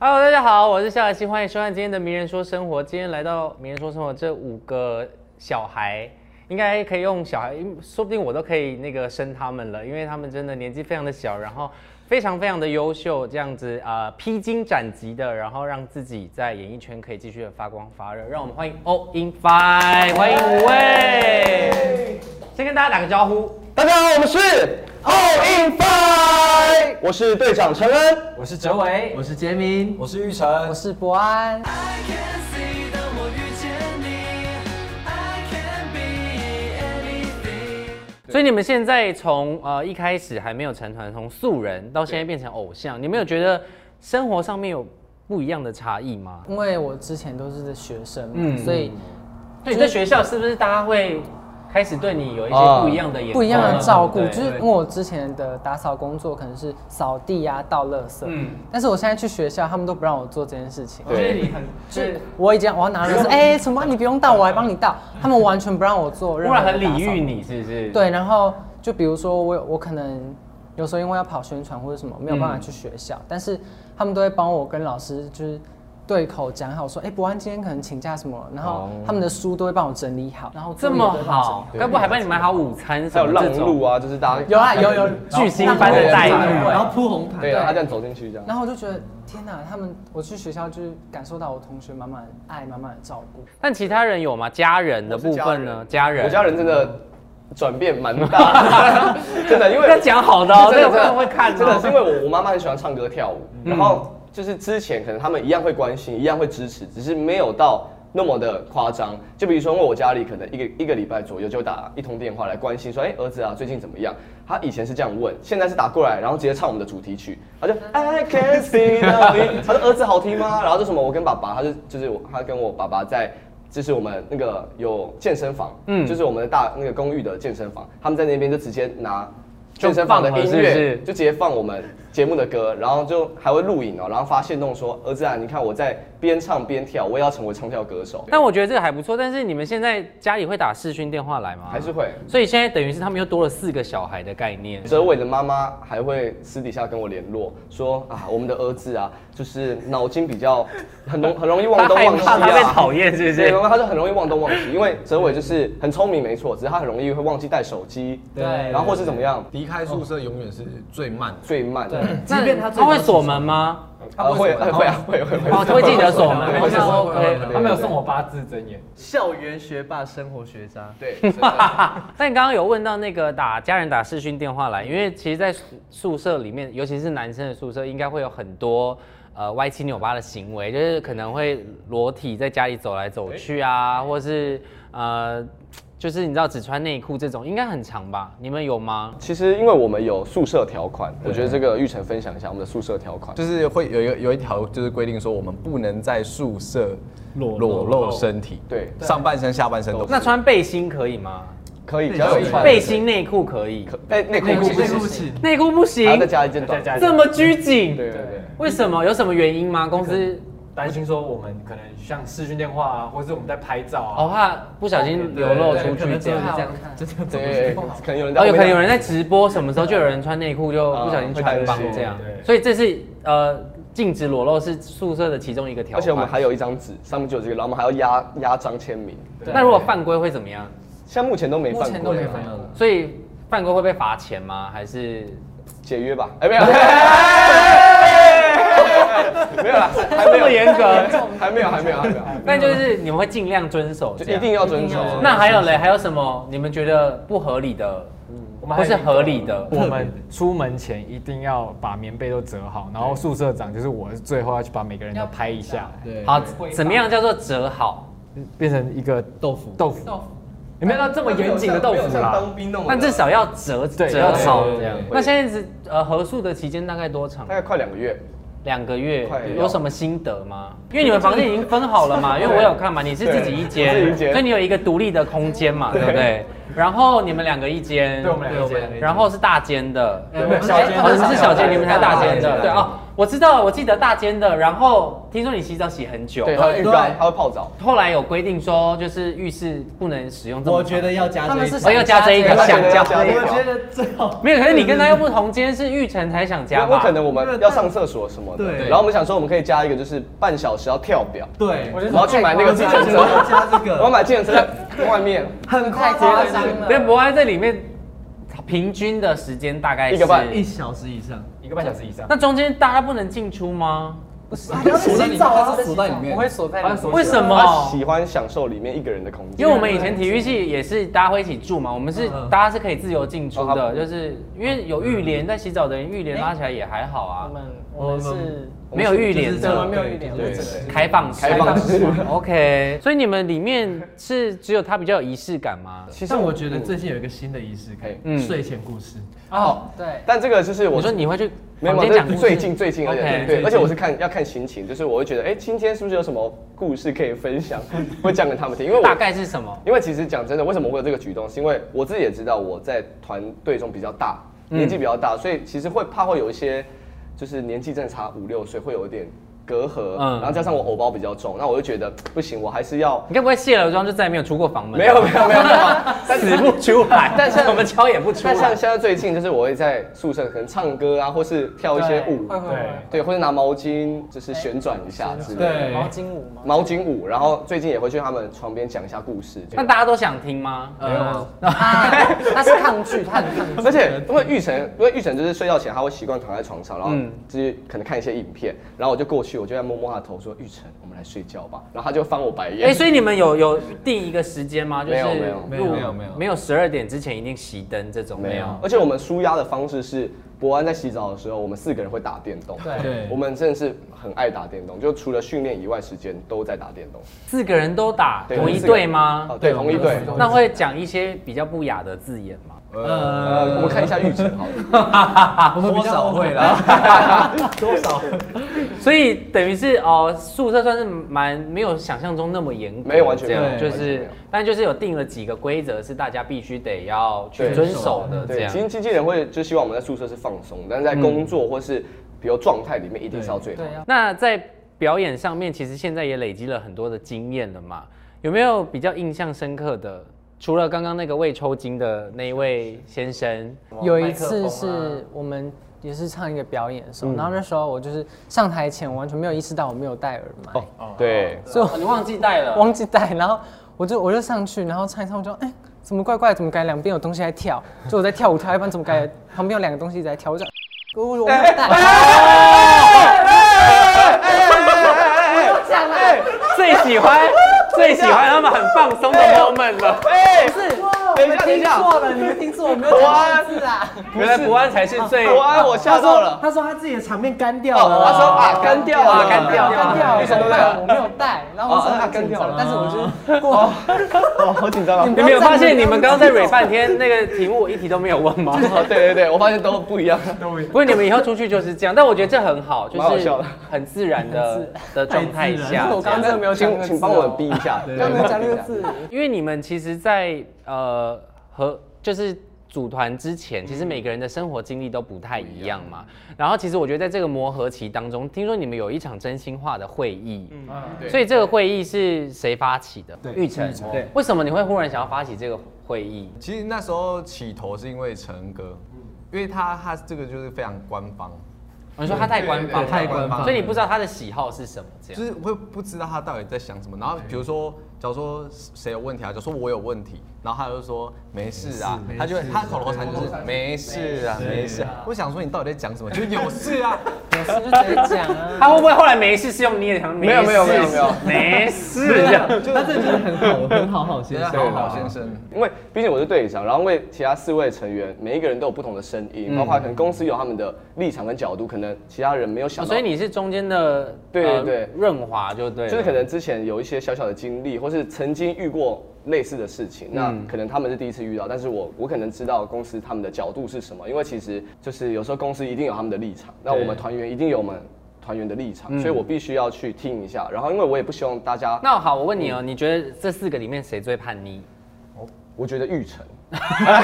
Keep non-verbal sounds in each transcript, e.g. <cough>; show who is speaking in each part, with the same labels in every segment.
Speaker 1: Hello，大家好，我是萧亚欣，欢迎收看今天的《名人说生活》。今天来到《名人说生活》这五个小孩，应该可以用小孩，说不定我都可以那个生他们了，因为他们真的年纪非常的小，然后非常非常的优秀，这样子啊、呃披荆斩棘的，然后让自己在演艺圈可以继续的发光发热。让我们欢迎 All in Five，欢迎五位，先跟大家打个招呼。
Speaker 2: 大家好，我们是 All in Five，我是队长陈恩，
Speaker 3: 我是哲伟，我是杰明，我是玉成，我是博
Speaker 4: I
Speaker 3: 安。
Speaker 4: can see 当我遇见你，I can be anything。
Speaker 1: 所以你们现在从呃一开始还没有成团，从素人到现在变成偶像，你们有觉得生活上面有不一样的差异吗？
Speaker 3: 因为我之前都是学生嘛，
Speaker 2: 嗯
Speaker 3: 所以
Speaker 1: 对，在学校是不是大家会开始对你有一些啊不一样的眼光、
Speaker 3: 不一样的照顾，
Speaker 1: 哦对
Speaker 3: 就是因为我之前的打扫工作可能是扫地啊、倒垃圾，
Speaker 1: 嗯
Speaker 3: 但是我现在去学校，他们都不让我做这件事情。
Speaker 1: 所以你很就是
Speaker 3: 我已经我要
Speaker 1: <laughs>
Speaker 3: 拿了，哎、什么你不用倒，我还帮你倒，他们完全不让我做任
Speaker 1: 忽
Speaker 3: 何
Speaker 1: 然
Speaker 3: 的打扫
Speaker 1: 很礼遇你，是不是？，
Speaker 3: 对，然后就比如说我有我可能有时候因为要跑宣传或者什么，没有办法去学校，但是他们都会帮我跟老师就是对口讲好说，哎、博安今天可能请假什么，然后他们的书都会帮我整理好，然后
Speaker 1: 这
Speaker 3: 作业
Speaker 1: 么
Speaker 3: 都会帮我整理
Speaker 1: 好，该不会还帮你买好午餐
Speaker 2: 还
Speaker 1: 什
Speaker 2: 有
Speaker 1: 么
Speaker 2: 浪
Speaker 1: 这
Speaker 2: 路
Speaker 1: 种？
Speaker 2: 啊，就是大家
Speaker 3: 有啊有有
Speaker 1: 巨星般的待遇哦
Speaker 3: 然
Speaker 5: 欸
Speaker 3: 后
Speaker 6: 铺红毯
Speaker 2: <laughs> 对啊，他这样走进去这样，
Speaker 3: 然后我就觉得天哪，他们我去学校就是感受到我同学满满的爱，满满的照顾。
Speaker 1: 但其他人有吗？家人的部分呢？家人，
Speaker 2: 我家人真的转变蛮大的， <laughs> 真的，因
Speaker 1: <laughs>
Speaker 2: 为
Speaker 1: 要讲好的哦，
Speaker 2: 真
Speaker 1: 这
Speaker 2: 的
Speaker 1: 个真的会看哦，
Speaker 2: 真的是因为我我妈妈很喜欢唱歌跳舞，
Speaker 1: 嗯
Speaker 2: 然后就是之前可能他们一样会关心，一样会支持，只是没有到那么的夸张。就比如说，因为我家里可能一个一个礼拜左右就打一通电话来关心，说，哎、儿子啊，最近怎么样？他以前是这样问，现在是打过来，然后直接唱我们的主题曲，他就 I can see the wind，他说 <laughs> 儿子好听吗？然后就什么我跟爸爸，他就就是我他跟我爸爸在。就是我们那个有健身房，嗯，就是我们的大那个公寓的健身房，他们在那边就直接拿健身房的
Speaker 1: 就
Speaker 2: 音
Speaker 1: 放了
Speaker 2: 乐，
Speaker 1: 是不是
Speaker 2: 就直接放我们节目的歌，然后就还会录影哦，然后发现动说，儿子啊，你看我在边唱边跳，我也要成为唱跳歌手。
Speaker 1: 但我觉得这个还不错，但是你们现在家里会打视讯电话来吗？
Speaker 2: 还是会，
Speaker 1: 所以现在等于是他们又多了四个小孩的概念。
Speaker 2: 哲伟的妈妈还会私底下跟我联络，说啊，我们的儿子啊，就是脑筋比较很容很容易忘东
Speaker 1: 害
Speaker 2: 忘西
Speaker 1: 怕，他被
Speaker 2: 啊。
Speaker 1: <laughs> 讨厌，是不
Speaker 2: 对，
Speaker 1: 是？
Speaker 2: 妈妈他就很容易忘东忘西，因为哲伟就是很聪明没错，只是他很容易会忘记带手机，
Speaker 6: 对
Speaker 2: 然后或是怎么样
Speaker 6: 离开宿舍永远是最慢的。
Speaker 2: 最慢的，
Speaker 1: 即便他他会锁门吗？
Speaker 2: 啊会会会啊会会
Speaker 1: 哦，
Speaker 2: 会，
Speaker 1: 他会记得锁门。
Speaker 6: 会
Speaker 1: <laughs>
Speaker 6: 会
Speaker 1: 那
Speaker 6: 会会会
Speaker 1: OK
Speaker 7: 呃
Speaker 6: 会
Speaker 5: 他们有送我八字真言，
Speaker 6: 校园学霸，生活学渣。
Speaker 2: 对，真的
Speaker 1: 但你刚刚有问到那个打家人打视讯电话来，因为其实，在宿舍里面，尤其是男生的宿舍，应该会有很多呃歪七扭八的行为，就是可能会裸体在家里走来走去啊，或是呃，就是你知道只穿内裤这种，应该很长吧？你们有吗？
Speaker 2: 其实，因为我们有宿舍条款，我觉得这个玉成分享一下我们的宿舍条款。
Speaker 7: 就是会有一个有一条就是规定说，我们不能在宿舍裸
Speaker 5: 哦
Speaker 7: 露身体，
Speaker 2: 对
Speaker 7: 上半身、下半身都不
Speaker 1: 那穿背心可以吗？
Speaker 2: 可以，只要有穿
Speaker 1: 背心内裤可以，
Speaker 2: 可哎内裤不行，
Speaker 6: 起，
Speaker 1: 内裤不
Speaker 2: 还要
Speaker 1: 行
Speaker 2: 再，加一件短
Speaker 1: 这么拘谨，
Speaker 2: 对对对，
Speaker 1: 为什么？有什么原因吗？公司
Speaker 5: 担心说我们可能像视讯电话啊，或者我们在拍照啊，
Speaker 1: 哦怕不小心流露出去这样，
Speaker 3: 这样看，
Speaker 2: 对对，对可能有人在
Speaker 1: 哦，有可能有
Speaker 2: 人
Speaker 1: 人在直播，什么时候就有人穿内裤就
Speaker 2: 啊
Speaker 1: 不小心穿帮这样
Speaker 5: 会担，心
Speaker 1: 所以这是呃禁止裸露是宿舍的其中一个条
Speaker 2: 而且我们
Speaker 1: 款。
Speaker 2: 还有一张纸，上面就有这个，然后我们还要压压章签名，
Speaker 1: 那如果犯规会怎么样？
Speaker 2: 现在目前都没
Speaker 3: 目
Speaker 2: 犯
Speaker 3: 前都
Speaker 2: 过
Speaker 3: 没，反应。
Speaker 1: 所以犯规会被罚钱吗？还是
Speaker 2: 解约吧？哎没有，没有啦，还没有严格，还没有还没有还没有，
Speaker 1: 但就是你们会尽量遵守这
Speaker 2: 嗯就一
Speaker 1: 样。
Speaker 2: 定要遵守。
Speaker 1: 那还有嘞？还有什么你们觉得不合理的？
Speaker 2: 嗯
Speaker 5: 我们还有一个
Speaker 1: 不是合理的
Speaker 5: 我们出门前一定要把棉被都折好，然后宿舍长就是我最后要去把每个人都拍一下，
Speaker 6: 对，
Speaker 1: 好，怎么样叫做折好？
Speaker 5: 变成一个豆腐豆腐豆腐，你没有到这么严谨的豆腐啦。
Speaker 2: 兵那
Speaker 1: 但至少要折
Speaker 5: 对
Speaker 1: 折好
Speaker 5: 对对
Speaker 1: 这
Speaker 5: 对
Speaker 1: 样
Speaker 5: 对。
Speaker 1: 那现在是呃合宿的期间大概多长
Speaker 2: 大？概快两个月，
Speaker 1: 两个月
Speaker 2: 快，要
Speaker 1: 有什么心得吗？因为你们房间已经分好了嘛，因为我有看嘛，你是自己一
Speaker 2: 对自己
Speaker 1: 间，
Speaker 2: 一间
Speaker 1: 所以你有一个独立的空间嘛，对不对？然后你们两个一间，
Speaker 5: 对我们两个一间
Speaker 1: 然后是大间的，哎
Speaker 5: 对我们小间
Speaker 1: 哦，你们是小间，你们才大间
Speaker 5: 大
Speaker 1: 的，
Speaker 5: 间
Speaker 1: 对哦。我知道了，我记得大间的。然后听说你洗澡洗很久，
Speaker 2: 对，它会浴缸，它会泡澡。
Speaker 1: 后来有规定说，就是浴室不能使用这么
Speaker 8: 我
Speaker 1: 长
Speaker 8: 觉得要加
Speaker 3: 他
Speaker 8: 这
Speaker 3: 们
Speaker 8: 一
Speaker 3: 是
Speaker 8: 条
Speaker 1: 我要加这一个
Speaker 3: 想
Speaker 1: 想加
Speaker 2: 我
Speaker 1: 这
Speaker 2: 觉得要加这一
Speaker 1: 一
Speaker 2: 个
Speaker 1: 个，
Speaker 8: 觉得最好
Speaker 1: 没有，可是你跟他又不同，今天是玉成才想加
Speaker 2: 有
Speaker 1: 吧？
Speaker 2: 可能我们要上厕所什么的，
Speaker 8: 对
Speaker 2: 然后我们想说我们可以加一个，就是半小时要跳表，
Speaker 8: 对，
Speaker 3: 我觉得
Speaker 2: 然后去买那个计程车
Speaker 8: 我要加这，个
Speaker 2: 我要买计程车在
Speaker 1: <laughs>
Speaker 2: 外面，
Speaker 8: 很夸
Speaker 3: 太夸
Speaker 8: 张，
Speaker 3: 张
Speaker 1: 但
Speaker 3: 了。
Speaker 1: 博安在里面平均的时间大概是
Speaker 2: 一个半
Speaker 8: 一小时以上。
Speaker 5: 一个半小时以上。
Speaker 1: 那中间大家不能进出吗？
Speaker 7: 锁在里面，
Speaker 3: 啊
Speaker 7: 它是锁在里面，
Speaker 3: 我会锁在里面。
Speaker 1: 为什
Speaker 2: 他
Speaker 1: 么？
Speaker 2: 喜欢享受里面一个人的空间
Speaker 1: 因。为我们以前体育系也是大家会一起住嘛，我们是
Speaker 8: 嗯嗯
Speaker 1: 大家是可以自由进出
Speaker 2: 哦
Speaker 1: 的，
Speaker 2: 好
Speaker 1: 就是因为有浴帘，在洗澡的人浴帘拉起来也还好
Speaker 3: 我
Speaker 1: 啊，
Speaker 2: 嗯
Speaker 3: 们我们是
Speaker 1: 没有浴帘
Speaker 3: 我们
Speaker 1: 的
Speaker 3: 没有一点，我们整个
Speaker 1: 开放式。
Speaker 2: 开放式
Speaker 1: <laughs> OK，所以你们里面是只有它比较有仪式感吗？
Speaker 2: 其实
Speaker 8: 但我觉得最
Speaker 2: 嗯
Speaker 8: 近有一个新的仪式感
Speaker 2: 嘿，
Speaker 1: 嗯
Speaker 8: 睡前故事。
Speaker 3: 哦，对，
Speaker 2: 但这个就是我
Speaker 1: 我说你会去
Speaker 2: 没有
Speaker 1: 房
Speaker 2: 嘛，
Speaker 1: 间讲故
Speaker 2: 这
Speaker 1: 事
Speaker 2: 最近最近而
Speaker 1: OK
Speaker 2: 且对，而且我是看要看心情，就是我会觉得，哎，今天是不是有什么故事可以分享， <laughs> 会讲给他们听，因为我
Speaker 1: 大概是什么？
Speaker 2: 因为其实讲真的，为什么会有这个举动，是因为我自己也知道我在团队中比较大，年纪比较大，所以其实会怕会有一些，就是年纪真的差五六岁，会有一点隔阂，
Speaker 1: 嗯
Speaker 2: 然后加上我偶包比较重，那我就觉得不行，我还是 <laughs> 要
Speaker 1: 你该不会卸了妆就再也没有出过房门？
Speaker 2: 没有没有没有，没 <laughs> 有但
Speaker 1: 死不出 <laughs> 来，
Speaker 2: 但是
Speaker 1: 我们敲也不出
Speaker 2: 但像
Speaker 1: 来。
Speaker 2: 现在最近就是我会在宿舍可能唱歌啊，或是跳一些舞，
Speaker 3: 会会会，
Speaker 2: 对，或者拿毛巾就是旋转一下之类的。
Speaker 8: 对
Speaker 3: 毛巾舞吗？
Speaker 2: 毛巾舞，然后最近也会去他们床边讲一下故事。
Speaker 1: 那大家都想听吗？
Speaker 8: 呃，
Speaker 3: 啊，他是抗拒，
Speaker 2: <laughs>
Speaker 3: 他很抗拒。
Speaker 2: 而且因为玉成，因为玉成就是睡觉前他会习惯躺在床上，然后
Speaker 1: 嗯
Speaker 2: 就是可能看一些影片，然后我就过去，我就在摸摸他的头说：“玉成，我们来睡觉吧。”然后他就翻我白
Speaker 1: 哎、
Speaker 2: 眼。
Speaker 1: 所
Speaker 2: <laughs>
Speaker 1: 以你们有有定一个时间吗？就是
Speaker 2: 没有没有
Speaker 1: 录
Speaker 8: 没有
Speaker 7: 没有没有
Speaker 1: 没有十二点之前一定熄灯这种没有。
Speaker 2: 而且我们舒压的方式是，博安在洗澡的时候，我们四个人会打电动。
Speaker 3: 对
Speaker 8: 对
Speaker 2: 我们真的是很爱打电动，就除了训练以外，时间都在打电动。
Speaker 1: 四个人都打
Speaker 2: 对
Speaker 1: 同
Speaker 2: 我们
Speaker 1: 一
Speaker 2: 四个
Speaker 1: 队
Speaker 2: 人
Speaker 1: 吗
Speaker 2: 哦？对，同一队。
Speaker 1: 那会讲一些比较不雅的字眼吗？
Speaker 2: 呃，我们看一下玉成好了，
Speaker 8: 我们比较少会 <laughs> 啦，多少？
Speaker 1: 所以等于是哦，宿舍算是蛮没有想象中那么严格，
Speaker 2: 没有完全
Speaker 1: 这
Speaker 2: 没
Speaker 1: 样
Speaker 2: 有
Speaker 1: 就
Speaker 2: 完全没
Speaker 1: 是
Speaker 2: 有，
Speaker 1: 但就是有定了几个规则是大家必须得要去
Speaker 2: 对
Speaker 1: 遵守的这
Speaker 2: 对，
Speaker 1: 样
Speaker 2: 其。实经纪人会就希望我们在宿舍是放松，但是在
Speaker 1: 嗯
Speaker 2: 工作或是比如状态里面，一定是要最好。
Speaker 3: 对啊，
Speaker 1: 那在表演上面，其实现在也累积了很多的经验了嘛，有没有比较印象深刻的？除了刚刚那个胃抽筋的那一位先生，
Speaker 3: 有一次
Speaker 1: 啊
Speaker 3: 是我们也是唱一个表演的时候，然后那时候我就是上台前完全没有意识到我没有戴耳麦，
Speaker 2: 对，
Speaker 3: 所以我
Speaker 1: 哦、你忘记带了，
Speaker 3: 忘记带，然后我就我就上去，然后唱一唱，我就哎、怎么怪怪，怎么感觉两边有东西在跳？就我在跳舞跳一半，怎么感觉旁边有两个东西一直在跳？我就我我没有带，
Speaker 1: 最喜欢最喜欢他们很放松的 moment 了。
Speaker 3: 不是，
Speaker 2: 等一下哎等一
Speaker 3: 你们听
Speaker 2: 下
Speaker 3: 错了，你们听
Speaker 2: <laughs>
Speaker 3: 错，我没有带字啊。
Speaker 1: 原来不安才是最
Speaker 2: 我
Speaker 8: 啊
Speaker 2: 安，我吓到了。
Speaker 8: 他说他自己的场面干
Speaker 2: 哦
Speaker 8: 掉了
Speaker 2: 他
Speaker 8: 啦。
Speaker 2: 说啊，干掉了，
Speaker 1: 啊干掉了
Speaker 3: 干掉，
Speaker 2: 女生都
Speaker 3: 我
Speaker 2: 在。
Speaker 3: 没有带，
Speaker 2: 啊
Speaker 3: 然后我是很紧张，但是我就是过。
Speaker 2: 哦，好紧张啊！
Speaker 1: 你们有发现你们刚刚在蕊半天那个题目，我一题都没有问吗？
Speaker 2: 哦，对对对，我发现都不一样。
Speaker 1: 不过你们以后出去就是这样，但我觉得这很好，就
Speaker 2: 蛮好
Speaker 1: 是
Speaker 2: 笑的
Speaker 1: 很自然的的状态
Speaker 8: 太自
Speaker 1: 下
Speaker 8: 然了。
Speaker 3: 我刚刚真的没有讲那
Speaker 2: 请
Speaker 3: 个字哦
Speaker 2: 请帮我逼一下，
Speaker 3: 刚没有讲
Speaker 2: 逼
Speaker 3: 那
Speaker 2: 一
Speaker 3: 个
Speaker 2: 下
Speaker 3: 字，
Speaker 1: 因为你们其实在，呃和就是组团之
Speaker 2: 嗯
Speaker 1: 前，其实每个人的生活经历都不太一样嘛。然后其实我觉得在这个磨合期当中，听说你们有一场真心话的会议，
Speaker 2: 对
Speaker 1: 所以这个会议是谁发起的？
Speaker 8: 对
Speaker 1: 玉成。
Speaker 8: 对
Speaker 1: 为什么你会忽然想要发起这个会议？
Speaker 7: 其实那时候起头是因为陈哥，因为他他这个就是非常官方，
Speaker 1: 我说他太官方
Speaker 8: 对对
Speaker 1: 了，
Speaker 8: 对太官方了
Speaker 1: 所以你不知道他的喜好是什么，这样
Speaker 7: 就。是会不知道他到底在想什么。然后比如说，假如说谁有问题啊，就说我有问题，然后他就说没事啊，他就他口头禅就是没事啊，没事啊。我想说你到底在讲什么？就有事啊，
Speaker 3: 有事就
Speaker 2: <laughs>
Speaker 3: 直接讲啊。
Speaker 1: 他会不会后来没事是用捏的？没
Speaker 2: 没有没有
Speaker 1: 事
Speaker 2: 没有没有
Speaker 1: <laughs> 没事这样。
Speaker 8: 他这真的很好，很好好先
Speaker 7: 对啊
Speaker 8: 生，
Speaker 7: 好好先生。
Speaker 2: 因为毕竟我是队长，然后因为其他四位成员每一个人都有不同的声音，
Speaker 1: 嗯
Speaker 2: 包括可能公司有他们的立场跟角度，可能其他人没有想
Speaker 1: 哦
Speaker 2: 到。
Speaker 1: 所以你是中间的
Speaker 2: 对
Speaker 1: 呃
Speaker 2: 对
Speaker 1: 润滑就对了，啊
Speaker 2: 就是可能之前有一些小小的经历，或是曾经遇过类似的事
Speaker 1: 嗯
Speaker 2: 情，那可能他们是第一次遇到，但是我我可能知道公司他们的角度是什么，因为其实就是有时候公司一定有他们的立场，那我们团员一定有我们团员的立场，
Speaker 1: 嗯
Speaker 2: 所以我必须要去听一下，然后因为我也不希望大家
Speaker 1: 那好，我问你哦，你觉得这四个里面谁最叛逆？
Speaker 2: 我觉得玉成， <laughs>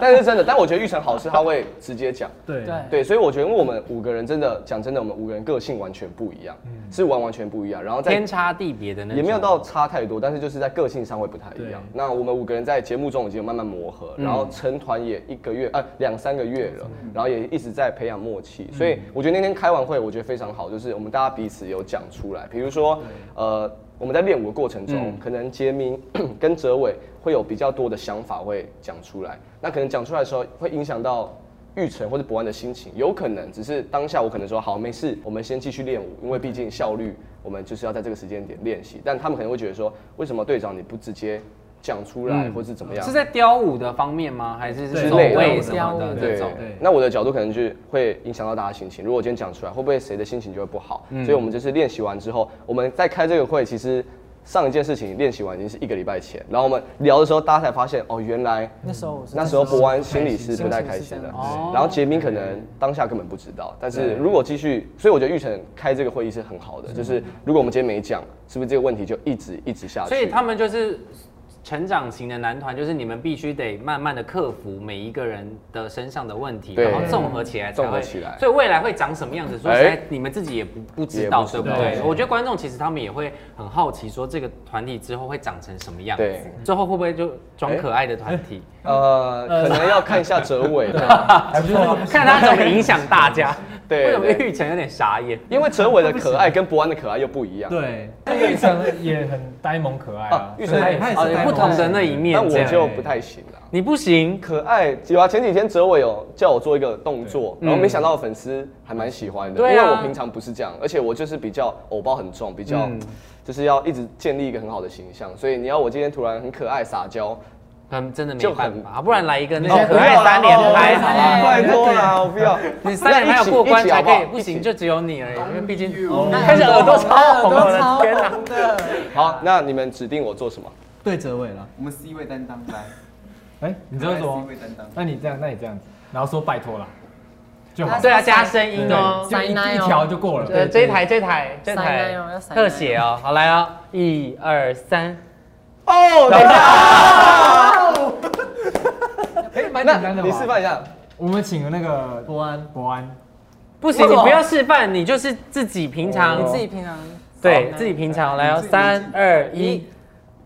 Speaker 2: 但是真的，但我觉得玉成好是他会直接讲，
Speaker 8: 对
Speaker 3: 对
Speaker 2: 对，所以我觉得因为我们五个人真的讲真的，我们五个人个性完全不一样，是完完全不一样，然后在
Speaker 1: 天差地别嗯的那种，
Speaker 2: 也没有到差太多，但是就是在个性上会不太一样
Speaker 8: 对。
Speaker 2: 那我们五个人在节目中已经有慢慢磨合，然后成团也一个月呃两三个月了，然后也一直在培养默契。所以我觉得那天开完会，我觉得非常好，就是我们大家彼此有讲出来，比如说呃我们在练舞的过程中，可能杰明 <coughs> 跟哲伟会有比较多的想法会讲出来，那可能讲出来的时候会影响到。玉成或者博安的心情，有可能只是当下我可能说好没事，我们先继续练舞，因为毕竟效率我们就是要在这个时间点练习。但他们可能会觉得说，为什么队长你不直接讲出来，或是怎么样？
Speaker 1: 是在雕舞的方面吗？还是
Speaker 8: 对
Speaker 1: 是走位什么的
Speaker 2: 对
Speaker 1: 那种？，
Speaker 2: 那我的角度可能就会影响到大家心情。如果我今天讲出来，会不会谁的心情就会不好？所以我们就是练习完之后，我们在开这个会，其实上一件事情练习完已经是一个礼拜前，然后我们聊的时候，大家才发现哦，原来
Speaker 3: 那时候我是
Speaker 2: 那时候博安心里是不太开心的
Speaker 3: 心情是这样，
Speaker 2: 然后杰明可能当下根本不知道，但是如果继续，所以我觉得玉成开这个会议是很好的，就是如果我们今天没讲，是不是这个问题就一直一直下去？
Speaker 1: 所以他们就是成长型的男团，就是你们必须得慢慢的克服每一个人的身上的问题，
Speaker 2: 对
Speaker 1: 然后综合起来才会，
Speaker 2: 综合起来
Speaker 1: 所以未来会长什么样子，说实
Speaker 2: 哎
Speaker 1: 在你们自己也不不知道，
Speaker 2: 也不知
Speaker 1: 对
Speaker 2: 道
Speaker 1: 不对？我觉得观众其实他们也会很好奇，说这个团体之后会长成什么样子
Speaker 2: 对，哎
Speaker 1: 最后会不会就装可爱的团体，
Speaker 2: 呃，可能要看一下哲伟吧。
Speaker 8: 还不
Speaker 2: 哎
Speaker 8: 错，
Speaker 1: 看他怎么影响大家。
Speaker 2: 对
Speaker 1: 为什么
Speaker 2: 对
Speaker 1: 玉成有点傻眼？
Speaker 2: 因为哲伟的可爱跟博安的可爱又不一样。
Speaker 8: 对，
Speaker 5: 但玉成也很呆萌可爱啊
Speaker 2: 啊，玉成
Speaker 5: 所以
Speaker 8: 他也
Speaker 1: 哦，
Speaker 8: 是
Speaker 1: 有
Speaker 8: 呆
Speaker 1: 不
Speaker 8: 萌
Speaker 1: 同的那一面欸
Speaker 2: 但，
Speaker 1: 这
Speaker 2: 我
Speaker 1: 样
Speaker 2: 就不太行了。
Speaker 1: 你不行，
Speaker 2: 可爱有啊，前几天哲伟有叫我做一个动作，然后没想到粉丝还蛮喜欢的，
Speaker 1: 对啊
Speaker 2: 因为我平常不是这样，而且我就是比较偶包很重，比较、
Speaker 1: 嗯
Speaker 2: 就是要一直建立一个很好的形象，所以你要我今天突然很可爱撒娇，
Speaker 1: 嗯，真的没
Speaker 2: 就
Speaker 1: 办
Speaker 2: 很
Speaker 1: 法，不然来一个那
Speaker 2: 哦
Speaker 1: 个可爱三连拍，好不好？
Speaker 2: 拜托啦，我不要，
Speaker 1: <laughs> 你三点半要过关才可以，
Speaker 2: 不
Speaker 1: 不行
Speaker 2: 行。
Speaker 1: 就只有你而已，因为毕竟
Speaker 2: 开始耳朵超
Speaker 3: 耳
Speaker 2: 红
Speaker 3: 朵
Speaker 2: 了，
Speaker 3: 超
Speaker 2: 天哪！
Speaker 3: 红的，
Speaker 2: 好，那你们指定我做什么？
Speaker 8: 对哲伟了，
Speaker 6: 我们 C 位担当来，
Speaker 5: 哎，你这样
Speaker 6: 来
Speaker 5: 说
Speaker 6: C 位，担当。
Speaker 5: 那你这样，那你这样子，然后说拜托啦，就
Speaker 1: <laughs>
Speaker 5: 好，
Speaker 1: 对啊，加声音哦。
Speaker 5: 就一一条就过了。
Speaker 1: 对，这一台这一台这一
Speaker 3: 塞
Speaker 1: 台
Speaker 3: 奶哦要塞奶哦
Speaker 1: 特写哦，好来哦，一二三，
Speaker 2: 哦，等一
Speaker 5: 哎，蛮简
Speaker 2: 下，
Speaker 5: 单
Speaker 2: 那
Speaker 5: 的
Speaker 2: 你示范一下。
Speaker 5: 我们请了那个博安，博安，
Speaker 1: 不行，你不要示范，你就是哦自己平常
Speaker 3: 你自己平常
Speaker 1: 对自己平常来哦，三二一，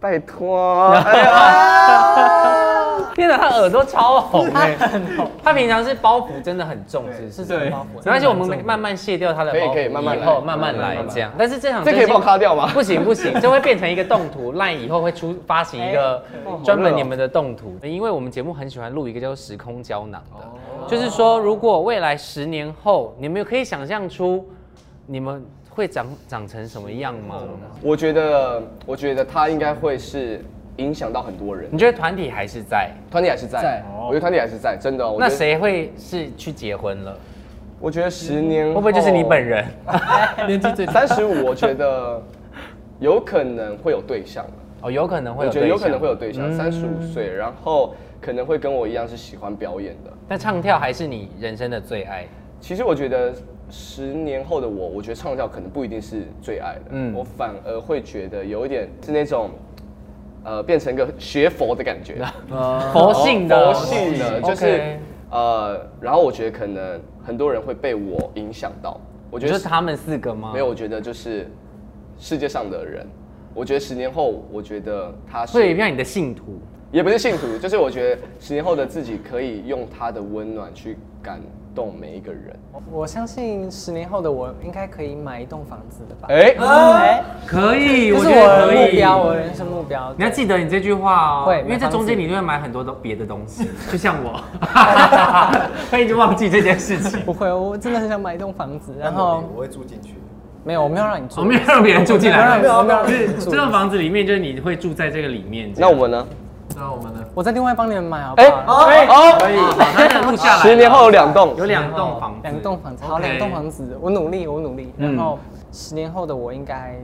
Speaker 2: 拜托，哎呀，
Speaker 1: 天哪，他耳朵超红哎， <laughs> 他平常是包袱真的很重，是不是
Speaker 3: 是什么包袱？
Speaker 1: 没关系，我们慢慢卸掉他的包
Speaker 2: 可以
Speaker 1: 袱，
Speaker 2: 可以慢慢
Speaker 1: 以
Speaker 2: 来
Speaker 1: 后慢慢
Speaker 2: 慢慢
Speaker 1: 来
Speaker 2: 慢慢
Speaker 1: 这样。但是这场
Speaker 2: 这可以
Speaker 1: 真心
Speaker 2: 帮我卡掉吗
Speaker 1: 不行不行，这会变成一个动图。烂以后会出发行一个
Speaker 2: 哦
Speaker 1: 专门你们的动图，因为我们节目很喜欢录一个叫做时空胶囊的，就是说如果未来十年后，你们可以想象出你们会长长成什么样吗？
Speaker 2: <laughs> 我觉得，我觉得他应该会是影响到很多人
Speaker 1: 你。觉得团体还是在？
Speaker 2: 团体还是在，我觉得团体还是在，真的哦。我觉
Speaker 1: 那
Speaker 2: 得？
Speaker 1: 谁会是去结婚了？
Speaker 2: 我觉得十年
Speaker 1: 会不会就是你本人？
Speaker 8: 年纪最
Speaker 2: 三十五？我
Speaker 1: <laughs>
Speaker 2: 觉得有可能会有对象了，啊
Speaker 1: 哦，有可能会
Speaker 2: 我
Speaker 1: 有，嗯
Speaker 2: 觉得有可能会有。对象，三十五岁，然后可能会跟我一样是喜欢表演的。
Speaker 1: 但唱跳还是你人生的最爱。
Speaker 2: 其实我觉得十年后的我，我觉得唱跳可能不一定是最爱的，嗯，我反而会觉得有一点是那种，呃，变成一个学佛的感觉，
Speaker 1: <laughs> 佛性的，哦
Speaker 2: 佛性的，就是
Speaker 1: OK
Speaker 2: 呃，然后我觉得可能很多人会被我影响到，我觉
Speaker 1: 你
Speaker 2: 得
Speaker 1: 说他们四个吗？
Speaker 2: 没有，我觉得就是世界上的人，我觉得十年后，我觉得他
Speaker 1: 所以
Speaker 2: 是
Speaker 1: 让你的信徒。
Speaker 2: 也不是信徒，就是我觉得十年后的自己可以用他的温暖去感动每一个人。
Speaker 3: 我相信十年后的我应该可以买一栋房子的吧？
Speaker 2: 哎、
Speaker 3: 哎，
Speaker 1: 可以，
Speaker 3: 这是我的目标，我的人生目标。
Speaker 1: 你要记得你这句话哦，
Speaker 3: 会
Speaker 1: 因为这
Speaker 3: 买房子
Speaker 1: 中间你就会买很多的别的东 <laughs> 西，就像我，他一直忘记这件事情。
Speaker 3: 不会，我真的很想买一栋房子，然后
Speaker 6: 我会住进去。
Speaker 3: 没有，我没有让你
Speaker 1: <laughs>
Speaker 3: 住，
Speaker 1: 我没有让别人住进来，
Speaker 3: 没有没有没有
Speaker 1: 就是这栋房子里面，就是你会住在这个里面。
Speaker 2: 那我们呢？
Speaker 6: 那我们呢？
Speaker 3: 我再另外帮你们买好不好？
Speaker 2: 哎、哦，
Speaker 1: 把它的录下来。
Speaker 2: 十年后有两栋
Speaker 1: 有两栋房子，
Speaker 3: 两栋房子，好，
Speaker 1: OK
Speaker 3: 两栋房子，我努力，我努力。然后十年后的我应该，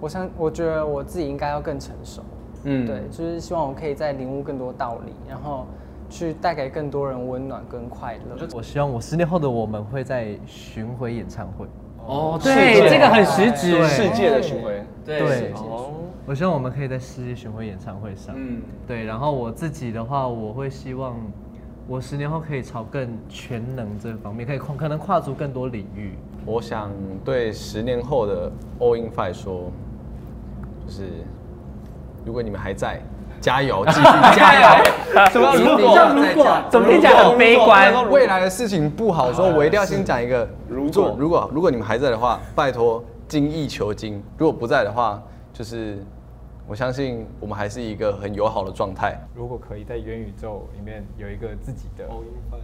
Speaker 3: 我想，我觉得我自己应该要更成熟。嗯，对，就是希望我可以再领悟更多道理，然后去带给更多人温暖跟快乐。
Speaker 6: 我希望我十年后的我们会在巡回演唱会。
Speaker 1: 哦，对，这个很实质。
Speaker 2: 世界的巡回，
Speaker 1: 对
Speaker 6: 对，
Speaker 2: 哦，
Speaker 6: 我希望我们可以在世界巡回演唱会上，嗯，对。然后我自己的话，我会希望我十年后可以朝更全能这方面，可以跨可能跨足更多领域。
Speaker 7: 我想对十年后的 All In Five 说，就是如果你们还在，加
Speaker 2: <laughs>
Speaker 7: 油，继续加油。
Speaker 1: <laughs>
Speaker 2: 什么如果如果
Speaker 1: 怎么听起来很悲观？
Speaker 7: 未来的事情不好
Speaker 2: 啊
Speaker 7: 说，我一定要先讲一个。如果如果如果你们还在的话，拜托精益求精；如果不在的话，就是我相信我们还是一个很友好的状态。
Speaker 5: 如果可以在元宇宙里面有一个自己的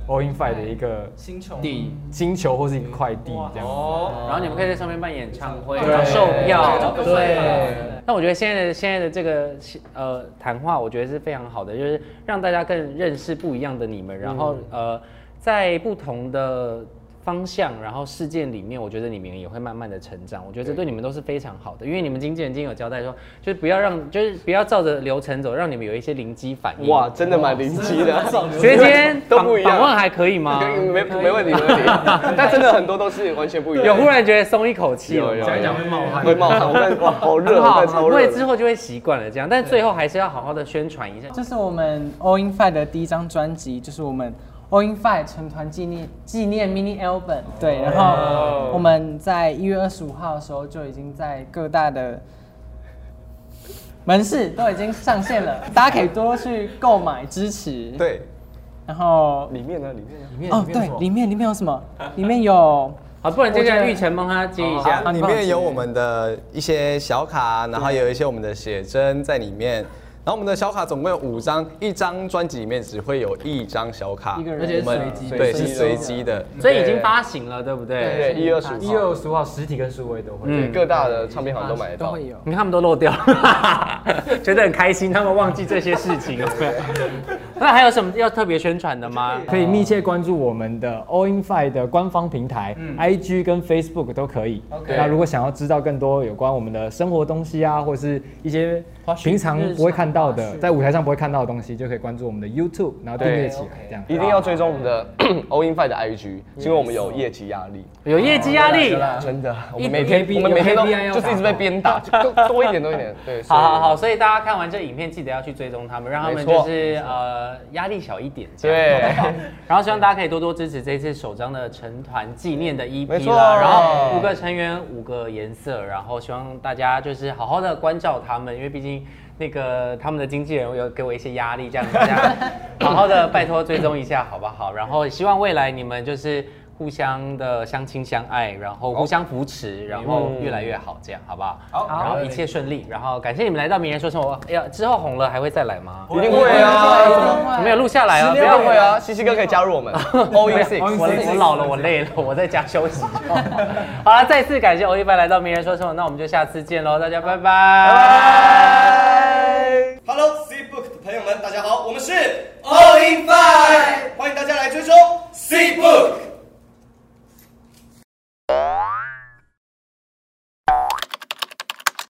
Speaker 5: All In Five 的一个
Speaker 8: 星球
Speaker 1: 地
Speaker 5: 星球或是一个块地这样。
Speaker 1: 哦，然后你们可以在上面办演唱会，
Speaker 5: 对
Speaker 1: 然后售票，
Speaker 8: 对对
Speaker 1: 那我觉得现在的现在的这个呃谈话，我觉得是非常好的，就是让大家更认识不一样的你们，然
Speaker 2: 嗯
Speaker 1: 后、呃，在不同的方向，然后事件里面，我觉得你们也会慢慢的成长。我觉得这对你们都是非常好的，因为你们经纪人今天有交代说，就是不要让，就是不要照着流程走，让你们有一些灵机反应。
Speaker 2: 哇，真的蛮灵机的，
Speaker 1: 所以今天
Speaker 2: 都
Speaker 1: 访
Speaker 2: 不一
Speaker 1: 访问
Speaker 2: 样，
Speaker 1: 还可以
Speaker 2: <laughs>
Speaker 1: 吗？
Speaker 2: 没没问题没问题， <laughs> 但真的很多都是完全不一样。
Speaker 1: 有忽然觉得松一口气了吗
Speaker 2: 有有讲一讲会冒汗，会冒汗，我看哇好热，
Speaker 1: 很
Speaker 2: 我
Speaker 1: 好
Speaker 2: 看，超
Speaker 1: 因为
Speaker 2: 热
Speaker 1: 之
Speaker 2: 的。
Speaker 1: 后就会习惯了这样，但最后还是要好好的宣传一下。
Speaker 3: 这是我们 All In Five 的第一张专辑，就是我们 All In Five 成团纪念纪念 mini album。对，然后我们在一月二十五号的时候就已经在各大的门市都已经上线了， <laughs> 大家可以多去购买支持。，
Speaker 7: 对，
Speaker 3: 然后
Speaker 2: 里面呢？里面呢？
Speaker 3: 哦，对，里面里面有什么？里面有
Speaker 1: 好，不然接下来玉成帮他接一下。
Speaker 3: 好
Speaker 7: 里面有我们的一些小卡，然后有一些我们的写真在里面。然后我们的小卡总共有五张，一张专辑里面只会有一张小卡，
Speaker 3: 一个人
Speaker 7: 我们
Speaker 3: 而且是随机的
Speaker 7: 对是随机的，
Speaker 1: 所以已经发行了，对不对？
Speaker 2: 对，一二十
Speaker 5: 一月二十五号实体跟数位都会。
Speaker 2: 对，各大的唱片行都买得
Speaker 3: 都
Speaker 2: 到
Speaker 3: 会。有。
Speaker 1: 你看他们都漏掉 <laughs> 了，觉得很开心，他们忘记这些事情了。 <laughs> 那还有什么要特别宣传的吗？
Speaker 5: 可以密切关注我们的 All In Five 的官方平台、i g 跟 Facebook 都可以。那如果想要知道更多有关我们的生活东西啊，或是一些平常不会看到的，在舞台上不会看到的东西，就可以关注我们的 YouTube，然后订阅起来，这样。
Speaker 2: 一定要追踪我们的 All In Five 的 IG，是因为我们有业绩压力，
Speaker 1: 有业绩压力。
Speaker 2: 真的，我
Speaker 1: 一
Speaker 2: 们每天
Speaker 1: KB
Speaker 2: 我们每天都
Speaker 1: 有 KPI 要
Speaker 2: 就是一直被鞭打，就多多一点多一点，对，所以
Speaker 1: 好好好，所以大家看完这影片，记得要去追踪他们，让他们
Speaker 2: 没
Speaker 1: 就
Speaker 2: 错
Speaker 1: 是呃压力小一点。这样
Speaker 2: 对，
Speaker 1: 然后希望大家可以多多支持这次首张的成团纪念的 EP
Speaker 2: 没错
Speaker 1: 啦，然后五个成员五个颜色，然后希望大家就是好好的关照他们，因为毕竟那个他们的经纪人有给我一些压力，这样大家 <laughs> 好好的拜托追踪一下好不好？然后希望未来你们就是。互相的相亲相爱，然后互相扶持，然后越来越好，这样好不好？
Speaker 2: 嗯
Speaker 1: 好，然后一切顺利，然后感谢你们来到《名人说生活》。哎呀，之后红了还会再来吗？
Speaker 2: 一定会啊，
Speaker 1: 你们有录下来啊？
Speaker 2: 一
Speaker 1: 不
Speaker 2: 定
Speaker 1: 要
Speaker 2: 会啊，西西哥可以加入我 <laughs> 们 All In Six，
Speaker 1: 我我老了，我累了，我在家休息。 <laughs> 好了，再次感谢欧一凡来到《名人说生活》，那我们就下次见喽，大家拜拜。
Speaker 2: 拜拜。
Speaker 8: Hello C Book 的朋友们，大家好，我们是 All In